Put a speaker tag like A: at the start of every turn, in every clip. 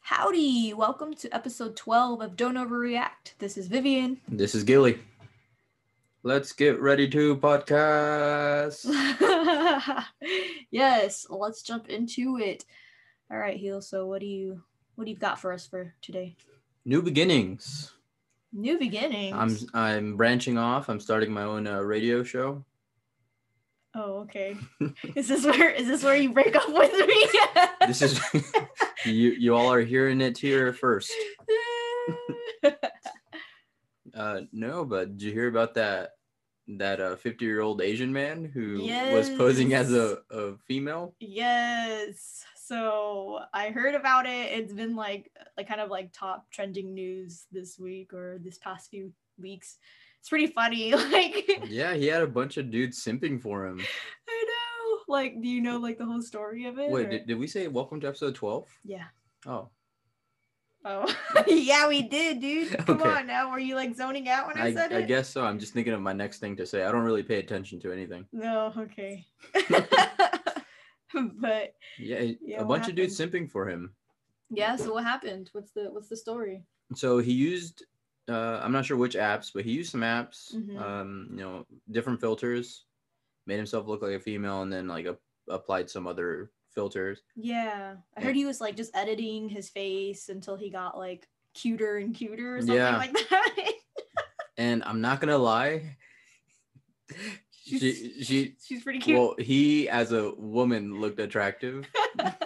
A: Howdy! Welcome to episode 12 of Don't Overreact. This is Vivian.
B: This is Gilly. Let's get ready to podcast.
A: yes, let's jump into it. All right, Heel. So, what do you what do you got for us for today?
B: New beginnings.
A: New beginnings.
B: I'm I'm branching off. I'm starting my own uh, radio show.
A: oh, okay. is this where is this where you break up with me?
B: This is you. You all are hearing it here first. Uh, no, but did you hear about that that uh 50 year old Asian man who was posing as a, a female?
A: Yes. So I heard about it. It's been like like kind of like top trending news this week or this past few weeks. It's pretty funny. Like
B: Yeah, he had a bunch of dudes simping for him.
A: I know. Like, do you know like the whole story of it?
B: Wait,
A: or-
B: did, did we say welcome to episode 12?
A: yeah.
B: Oh,
A: Oh yeah, we did, dude. Come
B: Okay.
A: on now. Were you like zoning out when I,
B: I,
A: said
B: I
A: it?
B: guess so. I'm just thinking of my next thing to say. I don't really pay attention to anything.
A: no, okay. but
B: Yeah, it-
A: Yeah,
B: a
A: what
B: bunch of dudes simping for him.
A: yeah, so what happened? What's the what's the story?
B: So he used, uh, I'm not sure which apps, but he used some apps,
A: Mhm.
B: um, you know, different filters, made himself look like a female, and then like a, applied some other filters.
A: Yeah. I heard he was like just editing his face until he got like cuter and cuter or something
B: Yeah.
A: like that.
B: And I'm not gonna lie, she
A: She's-
B: she.
A: She's pretty cute.
B: Well, he as a woman looked attractive.
A: that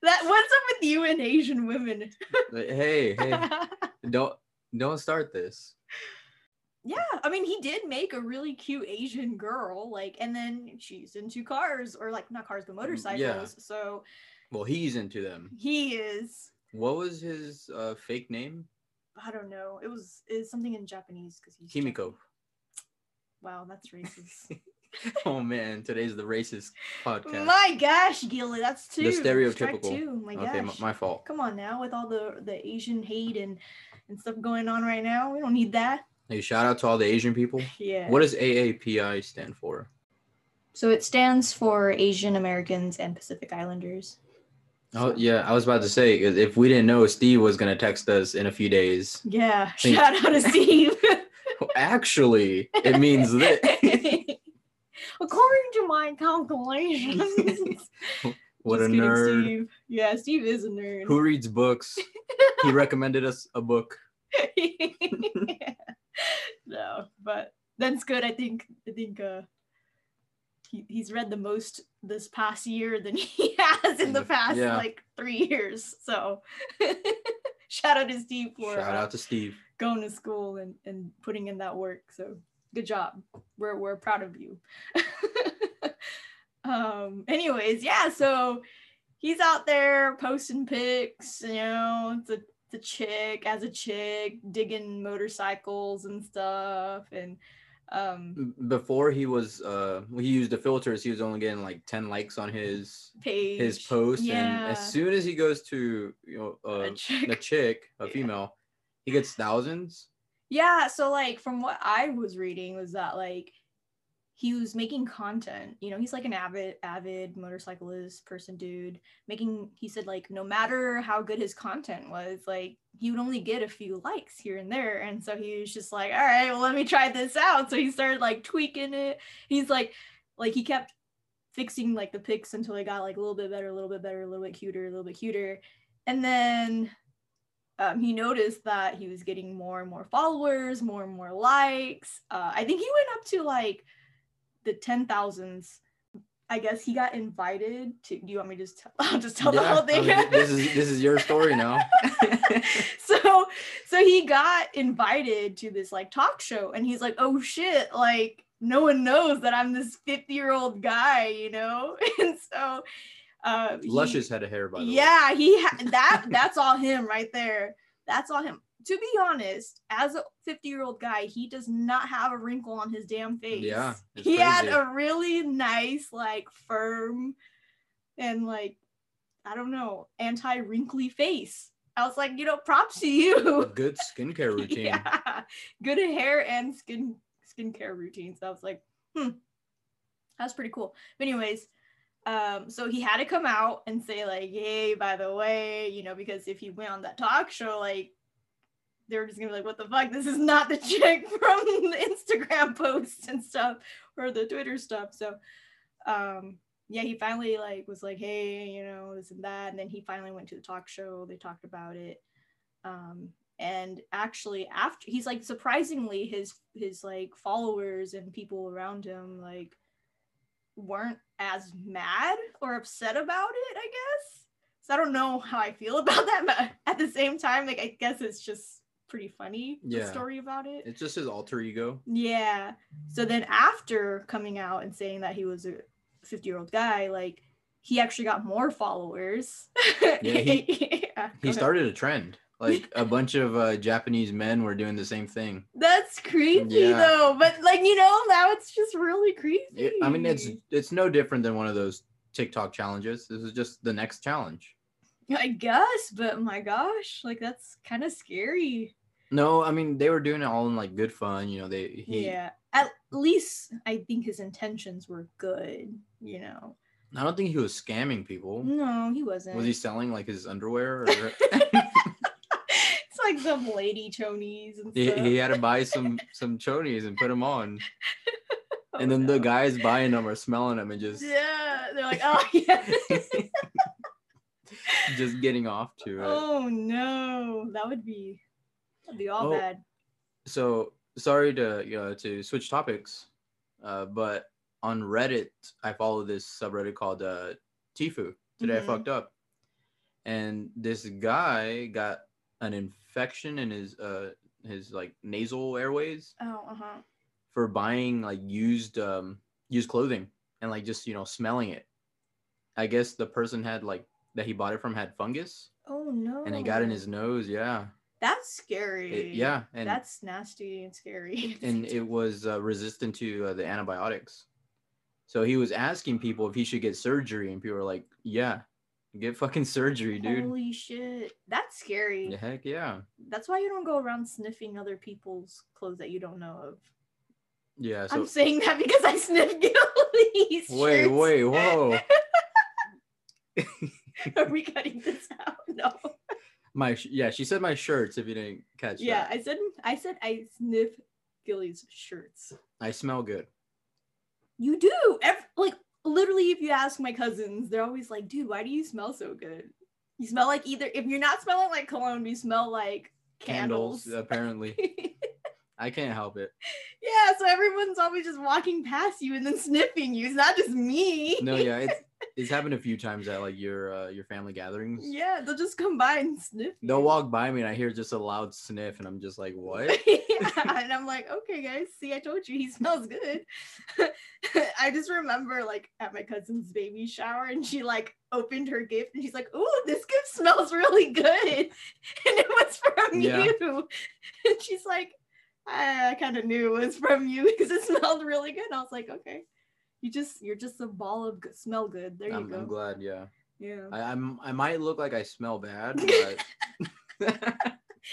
A: what's up with you and Asian women?
B: Like, hey, hey,
A: yeah.
B: don't don't start this.
A: I mean, he did make a really cute Asian girl, like, and then she's into cars or like not
B: Mm,
A: cars but motorcycles. So
B: Well, he's into them.
A: he is
B: What was his uh, fake name?
A: I don't know. It was is something in Japanese because he's
B: Kimiko.
A: Japanese. Wow, that's racist.
B: Oh man, today's the racist podcast.
A: My gosh, Gilly, that's
B: The
A: two.
B: stereotypical.
A: Two. My
B: okay, my,
A: gosh.
B: my fault.
A: Come on now, with all the the Asian hate and and stuff going on right now, we don't need that.
B: Hey, shout out to all the Asian people.
A: Yeah.
B: What does AAPI stand for?
A: So it stands for Asian Americans and Pacific Islanders.
B: Oh
A: So-
B: yeah, I was about to say if if we didn't know Steve was gonna text us in a few days.
A: Yeah.
B: Thank-
A: Shout out to Steve.
B: Actually, it means that.
A: According to my calculations.
B: what a
A: Just kidding,
B: nerd.
A: Steve. Yeah, Steve is a nerd.
B: Who reads books? he recommended us a book.
A: no, but that's good. I think I think uh he, he's read the most this past year than he has in the past
B: Yeah.
A: like three years. So shout out to Steve for
B: Shout
A: uh,
B: out to Steve.
A: going to school and, and putting in that work. So good job. We're we're proud of you. um anyways, yeah, so he's out there posting pics, you know, the the chick as a chick, digging motorcycles and stuff and um
B: Before he was uh he used the filters, he was only getting like ten likes on his
A: page
B: his post.
A: yeah.
B: And as soon as he goes to you know uh,
A: a chick.
B: a chick, a
A: Yeah.
B: female, he gets thousands.
A: Yeah, so like from what I was reading was that like he was making content. You know, he's like an avid avid motorcyclist person dude, making he said like no matter how good his content was, like he would only get a few likes here and there. And so he was just like, all right, well let me try this out. So he started like tweaking it. He's like like he kept fixing like the pics until they got like a little bit better, a little bit better, a little bit cuter, a little bit cuter. And then um, he noticed that he was getting more and more followers, more and more likes. Uh, I think he went up to like the ten thousands. I guess he got invited to. Do you want me to just tell? I'll just tell the
B: Yeah,
A: whole
B: I
A: thing.
B: mean, this is this is your story now.
A: so so he got invited to this like talk show and he's like oh shit like no one knows that i'm this 50 year old guy you know and so uh he-
B: Luscious had a hair by the way.
A: yeah he ha- that that's all him right there that's all him to be honest as a 50 year old guy he does not have a wrinkle on his damn face
B: Yeah,
A: he
B: it's
A: had
B: crazy.
A: a really nice like firm and like i don't know anti wrinkly face i was like you know props to
B: A
A: you
B: good skincare routine.
A: yeah good hair and skin skincare routines i was like hmm that's pretty cool but anyways um so he had to come out and say like hey by the way you know because if he went on that talk show like they were just gonna be like what the fuck this is not the chick from the instagram posts and stuff or the twitter stuff so um yeah he finally like was like hey you know this and that and then he finally went to the talk show they talked about it um and actually after he's like surprisingly his his like followers and people around him like weren't as mad or upset about it, I guess. So I don't know how I feel about that, but at the same time, like I guess it's just pretty funny the
B: Yeah.
A: story about it.
B: It's just his alter ego.
A: Yeah. So then after coming out and saying that he was a 50-year-old guy, like he actually got more followers.
B: he-
A: Yeah, go
B: He
A: ahead.
B: started a trend. Like a bunch of uh, Japanese men were doing the same thing.
A: That's creepy
B: Yeah.
A: though, but like you know, now it's just really creepy.
B: It- I mean, it's it's no different than one of those TikTok challenges. This is just the next challenge.
A: I guess, but oh my gosh, like that's kind of scary.
B: No, I mean they were doing it all in like good fun. You know, they he.
A: yeah. At least I think his intentions were good, you know.
B: I don't think he was scamming people.
A: Mm, No, he wasn't.
B: Oh. Was he selling like his underwear? Or...
A: it's like some lady chonies and stuff.
B: he, he had to buy some some chonies and put them on,
A: Oh,
B: and then the
A: no.
B: guys buying them are smelling them and just
A: Yeah, they're like, oh yeah.
B: just getting off to it.
A: oh no, that would be that'd be all
B: Oh.
A: bad.
B: So sorry to you know to switch topics, uh, but on Reddit I follow this subreddit called uh, Tifu. Today
A: Mhm.
B: I fucked up, and this guy got an infection in his uh his like nasal airways
A: Oh, uh huh.
B: for buying like used um used clothing and like just you know smelling it. I guess the person had like that he bought it from had fungus
A: Oh no.
B: and it got in his nose. Yeah,
A: That's scary.
B: It- yeah, and
A: That's nasty and scary.
B: and it was uh, resistant to uh, the antibiotics. So he was asking people if he should get surgery, and people were like, "Yeah, get fucking surgery, dude."
A: Holy shit. That's scary.
B: Yeah, Heck yeah,
A: That's why you don't go around sniffing other people's clothes that you don't know of.
B: yeah. So
A: I'm saying that because I sniff Gilly's
B: wait,
A: shirts.
B: wait, whoa!
A: Are we cutting this out? No.
B: My sh- yeah, she said my shirts. If you didn't catch
A: Yeah,
B: that,
A: I said I said I sniff Gilly's shirts.
B: I smell good.
A: You do. Ev- like literally, if you ask my cousins, they're always like, "Dude, why do you smell so good? You smell like either if you're not smelling like cologne, you smell like candles."
B: Candles, apparently. I can't help it.
A: yeah, so everyone's always just walking past you and then sniffing you. It's not just me.
B: No, yeah, it's it's happened a few times at like your uh, your family gatherings.
A: Yeah, they'll just come by and sniff.
B: They'll
A: you.
B: walk by me and I hear just a loud sniff, and I'm just like, "What?"
A: yeah, and I'm like, okay, guys, see, I told you he smells good. I just remember like at my cousin's baby shower, and she like opened her gift, and she's like, "Ooh, this gift smells really good," and it was from
B: Yeah.
A: you. And she's like, "I, I kind of knew it was from you because it smelled really good." And I was like, "Okay, you just you're just a ball of good, smell good." There you
B: I'm,
A: go.
B: I'm glad. Yeah.
A: Yeah,
B: I, I'm I might look like I smell bad, but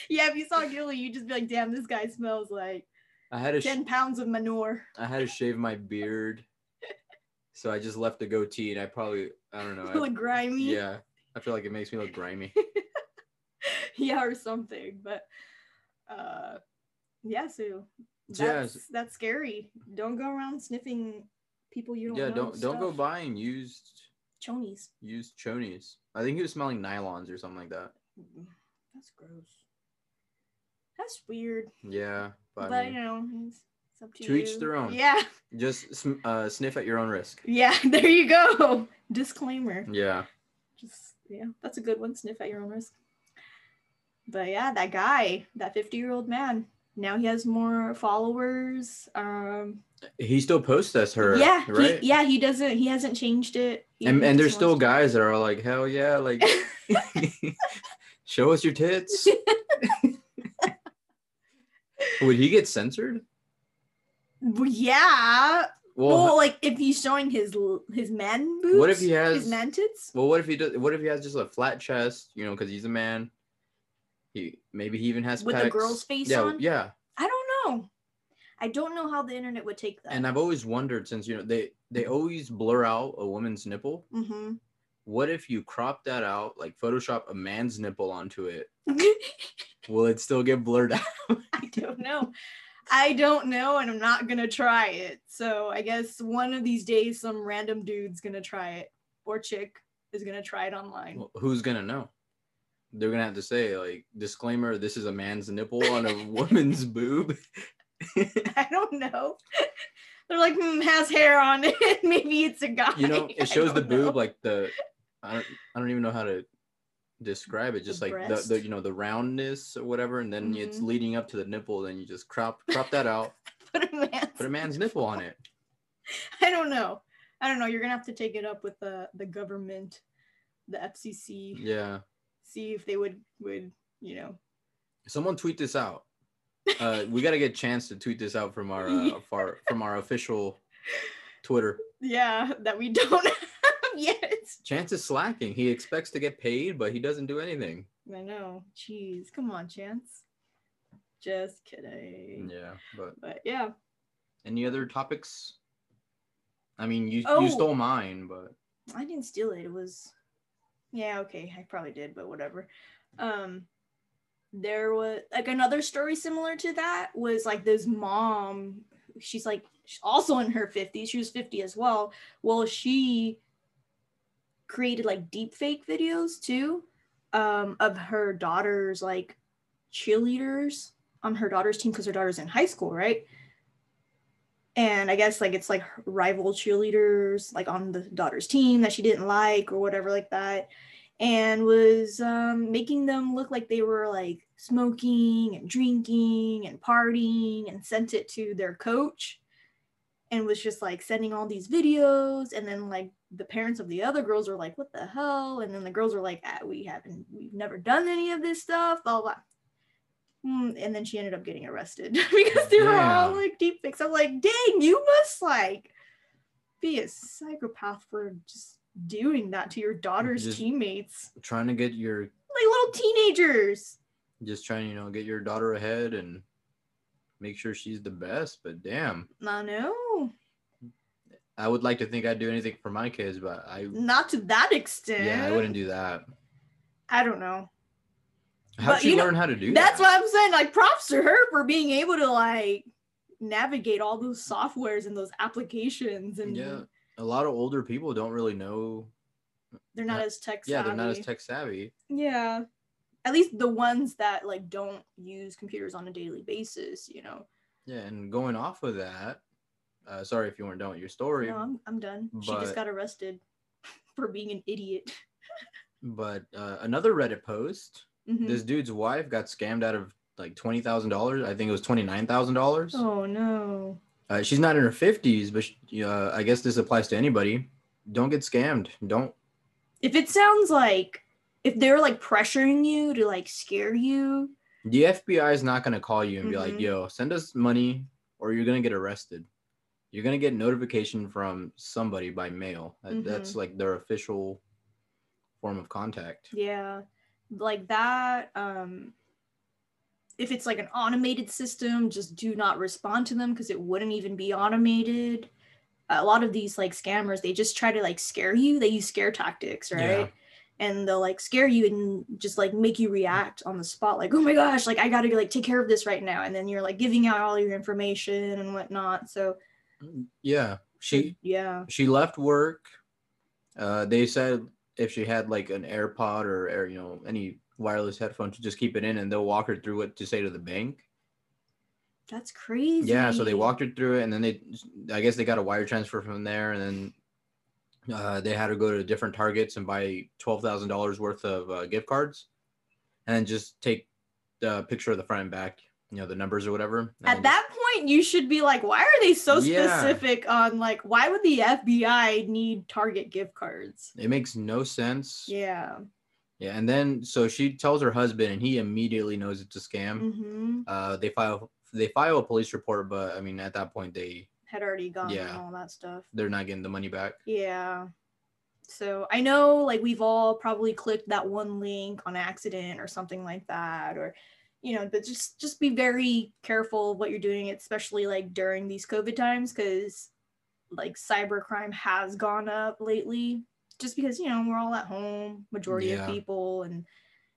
A: yeah. If you saw Gilly, you'd just be like, "Damn, this guy smells like
B: I had to sh-
A: ten pounds of manure."
B: I had to shave my beard, so I just left the goatee, and I probably I don't know. I,
A: Look grimy.
B: yeah, I feel like it makes me look grimy.
A: yeah or something but uh yeah so that's
B: Yeah, s-
A: that's scary don't go around sniffing people you don't
B: yeah,
A: know
B: don't don't go
A: stuff.
B: buying used
A: chonies
B: used chonies. I think he was smelling nylons or something like that.
A: Mm, that's gross that's weird
B: Yeah, but,
A: but,
B: I
A: you
B: mean,
A: know it's, it's up to,
B: To each
A: you.
B: their own.
A: yeah
B: just sm- uh, sniff at your own risk.
A: yeah there you go disclaimer
B: Yeah,
A: just yeah that's a good one sniff at your own risk but yeah that guy that 50 year old man now he has more followers um
B: he still posts as her.
A: yeah
B: right.
A: he, yeah he doesn't he hasn't changed it He-
B: And,
A: he
B: and there's
A: just
B: still
A: wants
B: guys that are like, hell yeah, like, show us your tits. Would he get censored?
A: to- Well, yeah
B: Well,
A: well,
B: h-
A: like if he's showing his l- his man boobs
B: What if he has-
A: his man tits
B: well, what if he does? What if he has just a flat chest? You know, because he's a man. He maybe he even has
A: With the
B: pecs.
A: girl's face
B: yeah,
A: on?
B: Yeah,
A: i don't know I don't know how the internet would take that.
B: And I've always wondered since you know they they always blur out a woman's nipple.
A: mm-hmm.
B: What if you crop that out, like Photoshop a man's nipple onto it? Will it still get blurred out?
A: I don't know. I don't know, and I'm not gonna try it. So I guess one of these days, some random dude's gonna try it, or chick is gonna try it online.
B: Well, Who's gonna know? They're gonna have to say like disclaimer: this is a man's nipple on a woman's boob.
A: I don't know. They're like hmm, has hair on it. Maybe it's a guy.
B: You know,
A: I
B: it shows the
A: don't know.
B: boob like the. I don't. I don't even know how to describe it. Just
A: The
B: like the,
A: breast?
B: the you know the roundness or whatever, and then it's
A: Mhm.
B: leading up to the nipple. Then you just crop crop that out,
A: Put a man's-
B: put a man's nipple on it.
A: I don't know. I don't know. You're gonna have to take it up with the the government, the FCC.
B: Yeah.
A: See if they would would you know.
B: Someone tweet this out. Uh, we gotta get a chance to tweet this out from our uh,
A: Yeah.
B: far, from our official Twitter.
A: Yeah, that we don't have yet.
B: Chance is slacking. He expects to get paid, but he doesn't do anything.
A: I know. Jeez, come on, Chance. Just kidding.
B: Yeah, but
A: But yeah.
B: any other topics? I mean, you
A: Oh.
B: you stole mine, but
A: I didn't steal it. It was Yeah, okay. I probably did, but whatever. Um there was like another story similar to that was like this mom, she's like she's also in her 50s. She was 50 as well. Well, she created like deep fake videos too um of her daughter's like cheerleaders on her daughter's team because her daughter's in high school, right? and I guess like it's like her rival cheerleaders like on the daughter's team that she didn't like or whatever like that, and was um, making them look like they were like smoking and drinking and partying and sent it to their coach, and was just like sending all these videos and then like the parents of the other girls were like what the hell and then the girls were like ah, we haven't we've never done any of this stuff blah blah. Hmm, And then she ended up getting arrested because they were all
B: Damn.
A: like deep fakes. I'm like, dang, you must like be a psychopath for just doing that to your daughter's
B: Just-
A: teammates,
B: trying to get your
A: like little teenagers.
B: just trying you know get your daughter ahead and make sure she's the best. But damn,
A: I know,
B: I would like to think I'd do anything for my kids, but I
A: not to that extent.
B: yeah I wouldn't do that.
A: I don't know.
B: How'd
A: But,
B: she
A: you know,
B: learn how to do
A: That's
B: that?
A: what I'm saying. Like, props to her for being able to like navigate all those softwares and those applications, and
B: Yeah, a lot of older people don't really know.
A: they're not
B: Yeah.
A: as tech savvy.
B: Yeah, they're not as tech savvy.
A: Yeah. At least the ones that like don't use computers on a daily basis, you know.
B: Yeah, and going off of that, uh, sorry if you weren't done with your story,
A: No, I'm, I'm done. she
B: But-
A: just got arrested for being an idiot.
B: but uh, another Reddit post.
A: Mhm.
B: This dude's wife got scammed out of like twenty thousand dollars. I think it was twenty nine thousand dollars.
A: oh no.
B: Uh, she's not in her fifties, but she, uh, I guess this applies to anybody. Don't get scammed. Don't.
A: If it sounds like if they're like pressuring you to like scare you,
B: The FBI is not gonna call you and be like,
A: Mhm.
B: "Yo, send us money, or you're gonna get arrested." You're gonna get notification from somebody by mail. That-
A: Mhm.
B: That's like their official form of contact.
A: yeah, like that um if it's like an automated system, just do not respond to them because it wouldn't even be automated. A lot of these like scammers, they just try to like scare you. They use scare tactics, right?
B: Yeah.
A: and they'll like scare you and just like make you react on the spot like oh my gosh like i gotta like take care of this right now and then you're like giving out all your information and whatnot so
B: Yeah. She
A: yeah
B: she left work. Uh, they said if she had like an AirPod or, or you know any wireless headphones, to just keep it in, and they'll walk her through what to say to the bank.
A: that's crazy
B: Yeah, so they walked her through it, and then they, I guess they got a wire transfer from there, and then uh, they had her go to different targets and buy twelve thousand dollars worth of uh, gift cards, and just take the picture of the front and back, you know, the numbers or whatever. and
A: at
B: then just-
A: that point you should be like why are they so
B: Yeah.
A: specific on like why would the fbi need target gift cards
B: it makes no sense.
A: yeah
B: Yeah, and then so she tells her husband, and he immediately knows it's a scam.
A: hmm
B: Uh, they file they file a police report, but I mean at that point they
A: had already gone
B: Yeah.
A: and all that stuff
B: they're not getting the money back.
A: Yeah. So I know like we've all probably clicked that one link on accident or something like that, or you know but just just be very careful what you're doing especially like during these covid times because like cybercrime has gone up lately just because you know we're all at home majority
B: Yeah.
A: of people and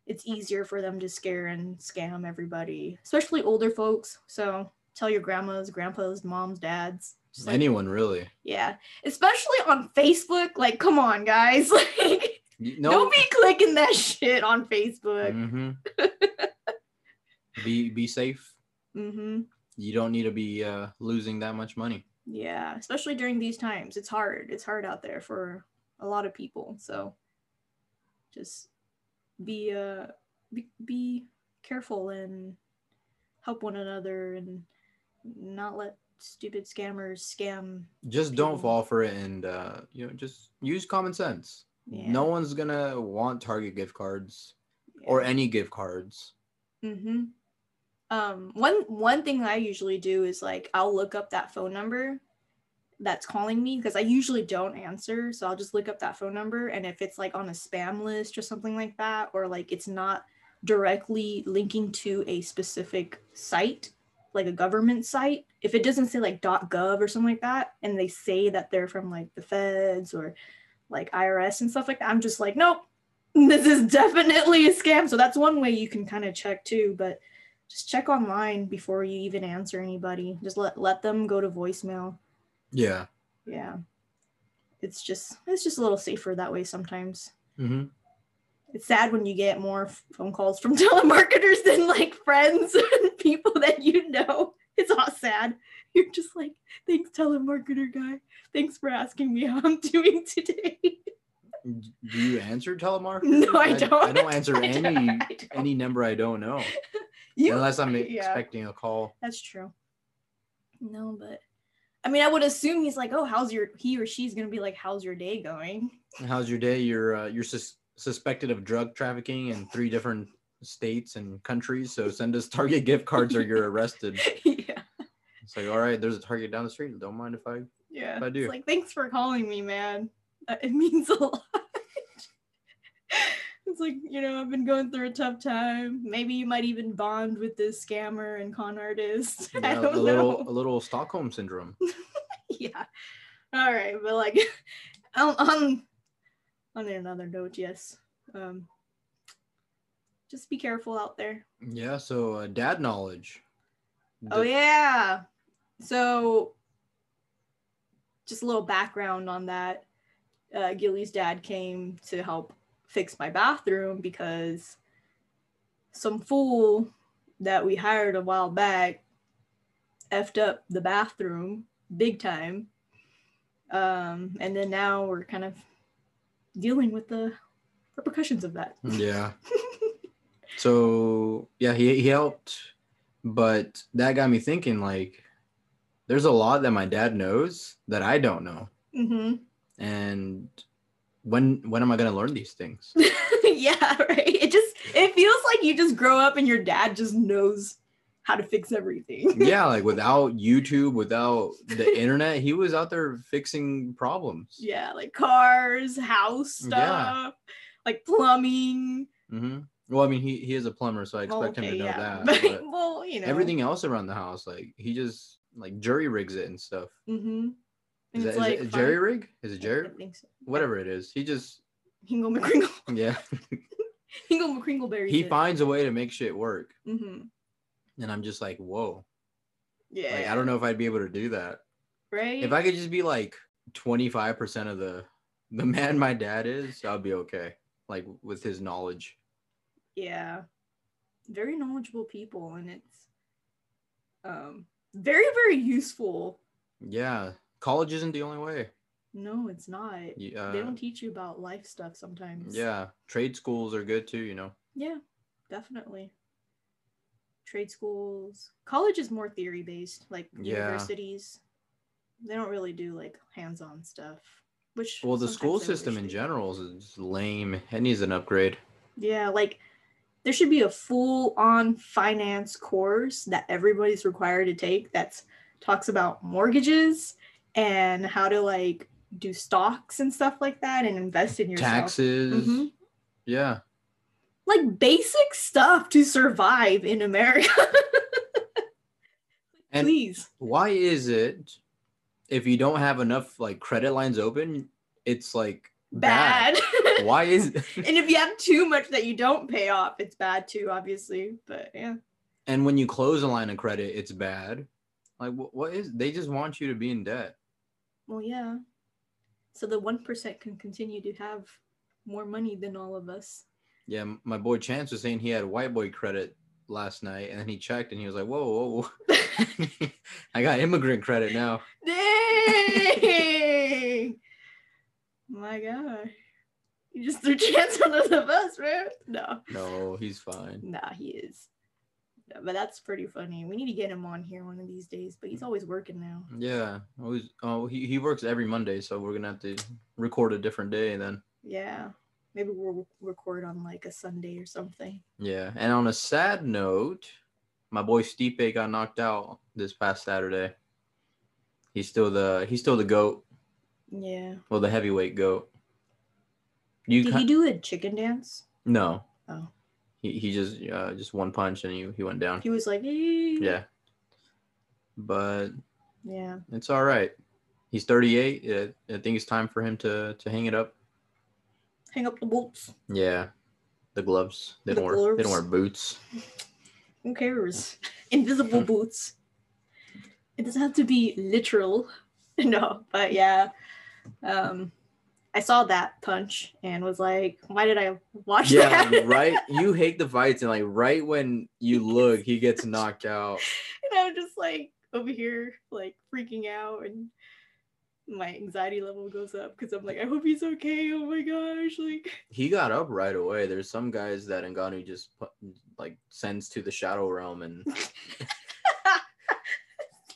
A: it's easier for them to scare and scam everybody especially older folks so tell your grandmas grandpas moms dads just like,
B: Anyone really?
A: yeah especially on facebook like come on guys like
B: Y-
A: don't be clicking that shit on facebook
B: Mhm. be be safe.
A: mm-hmm.
B: You don't need to be uh, losing that much money.
A: Yeah, especially during these times. It's hard. It's hard out there for a lot of people. So just be uh be, be careful and help one another and not let stupid scammers scam.
B: Just don't
A: People.
B: fall for it, and uh, you know, just use common sense.
A: Yeah.
B: No one's gonna want Target gift cards or any gift cards.
A: Mm-hmm. Um, one one thing I usually do is like I'll look up that phone number that's calling me because I usually don't answer. So I'll just look up that phone number, and if it's like on a spam list or something like that, or like it's not directly linking to a specific site, like a government site, if it doesn't say like .gov or something like that, and they say that they're from like the feds or like IRS and stuff like that, I'm just like, nope, this is definitely a scam. So that's one way you can kind of check too, but just check online before you even answer anybody. Just let let them go to voicemail.
B: Yeah.
A: Yeah. It's just it's just a little safer that way sometimes.
B: Mm-hmm.
A: It's sad when you get more f- phone calls from telemarketers than like friends and people that you know. It's all sad. You're just like, thanks telemarketer guy. Thanks for asking me how I'm doing today.
B: Do you answer telemarketers?
A: No, I don't.
B: I don't answer
A: I don't-
B: any
A: I don't.
B: any number I don't know
A: Oh. You
B: unless I'm
A: yeah.
B: expecting a call.
A: That's true. No, but I mean, I would assume he's like, oh, how's your he or she's gonna be like, how's your day going?
B: How's your day? You're uh, you're sus- suspected of drug trafficking in three different states and countries. So send us Target gift cards or you're arrested.
A: yeah,
B: It's like, all right, there's a Target down the street. Don't mind if I.
A: yeah.
B: I do.
A: It's like, thanks for calling me, man. Uh, It means a lot. it's like you know, I've been going through a tough time. Maybe you might even bond with this scammer and con artist. I
B: Yeah,
A: don't
B: a
A: know.
B: little a little Stockholm syndrome.
A: yeah. All right, but like on on on another note, yes. Um, just be careful out there.
B: Yeah. So uh, dad knowledge.
A: Oh
B: The-
A: yeah. So just a little background on that. Uh, Gilly's dad came to help fix my bathroom because some fool that we hired a while back effed up the bathroom big time. Um, and then now we're kind of dealing with the repercussions of that.
B: Yeah. so yeah, he he helped, but that got me thinking. Like, there's a lot that my dad knows that I don't know,
A: hmm
B: and when when am I gonna learn these things?
A: yeah, right. It just it feels like you just grow up and your dad just knows how to fix everything.
B: yeah, like without YouTube, without the internet, he was out there fixing problems.
A: Yeah, like cars, house
B: Yeah.
A: stuff, like plumbing.
B: hmm Well, I mean, he he is a plumber, so I expect him to know that.
A: But,
B: but
A: well, Oh, you know
B: Everything else around the house, like he just like jury rigs it and stuff.
A: Mm-hmm. And
B: Is, that,
A: it's
B: is
A: like
B: it a
A: fun.
B: jerry rig? Is it
A: I
B: jerry?
A: think so.
B: Whatever it is, he just
A: Hingle McCringle.
B: yeah.
A: Hingle McCringleberry.
B: he finds a way to make shit work,
A: Mm-hmm.
B: and I'm just like, whoa.
A: Yeah.
B: Like I don't know if I'd be able to do that.
A: Right.
B: If I could just be like 25 percent of the the man my dad is, I'll be okay. Like with his knowledge.
A: yeah very knowledgeable people and it's um very very useful
B: Yeah, college isn't the only way.
A: no it's not
B: You,
A: they
B: Uh,
A: don't teach you about life stuff sometimes
B: yeah, trade schools are good too. You know.
A: yeah definitely trade schools college is more theory based like
B: Yeah.
A: universities they don't really do like hands-on stuff which
B: Well, the school
A: sometimes I
B: system
A: wish
B: in
A: they did.
B: general is just lame. It needs an upgrade.
A: Yeah, like there should be a full on finance course that everybody's required to take that's talks about mortgages and how to like do stocks and stuff like that and invest in yourself.
B: Taxes.
A: Mhm.
B: Yeah.
A: like basic stuff to survive in America.
B: And-
A: Please.
B: why is it if you don't have enough like credit lines open it's like
A: Bad.
B: why is
A: and if you have too much that you don't pay off, it's bad too, obviously. But yeah.
B: and when you close a line of credit it's bad like wh- what is they just want you to be in debt
A: Well, yeah. So the 1% can continue to have more money than all of us.
B: yeah m- my boy chance was saying he had white boy credit last night and then he checked and he was like whoa whoa, whoa. i got immigrant credit now
A: Dang! My God. You just threw chance under the bus, man. No.
B: no he's fine
A: Nah, he is. No, but that's pretty funny. We need to get him on here one of these days, but he's always working now.
B: yeah always oh he, he works every monday so we're gonna have to record a different day then
A: Yeah. Maybe we'll record on like a Sunday or something.
B: Yeah, and on a sad note, my boy Stipe got knocked out this past Saturday. He's still the he's still the goat,
A: Yeah.
B: well the heavyweight goat. You
A: Did
B: ki-
A: he do a chicken dance?
B: no.
A: Oh.
B: He he just uh, just one punch and he he went down.
A: He was like, "Eh."
B: Yeah. But
A: Yeah.
B: it's all right. He's 38. I I think it's time for him to to hang it up.
A: Hang up the bolts.
B: Yeah. The gloves. They
A: The
B: don't wear they don't
A: gloves.
B: wear boots.
A: Who cares?
B: Hmm.
A: Invisible boots. It doesn't have to be literal. No, but yeah. Um I saw that punch and was like, why did I watch
B: Yeah,
A: that?
B: right. You hate the fights, and like right when you look, he gets knocked out.
A: and I'm just like over here, like freaking out, and my anxiety level goes up because I'm like, I hope he's okay. Oh my gosh, like
B: He got up right away. There's some guys that Ngannou just put, like sends to the shadow realm, and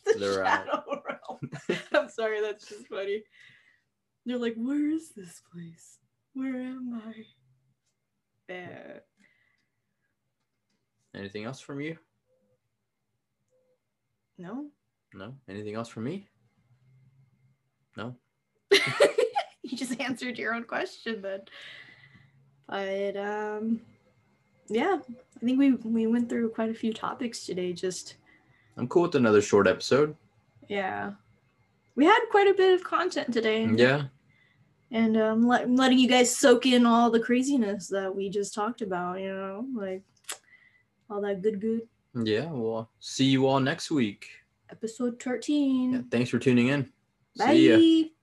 A: the
B: They're out.
A: shadow realm. I'm sorry, that's just funny. They're like, where is this place? Where am Uh, I? Yeah.
B: anything else from you?
A: No.
B: No. Anything else from me? No.
A: you just answered your own question then. But um yeah, I think we we went through quite a few topics today just
B: I'm cool with another short episode.
A: yeah. We had quite a bit of content today.
B: Yeah.
A: And um let, letting you guys soak in all the craziness that we just talked about, you know, like all that good good
B: Yeah. Well, see you all next week.
A: episode
B: Yeah,
A: 13.
B: thanks for tuning in.
A: Bye.
B: See ya.
A: See ya.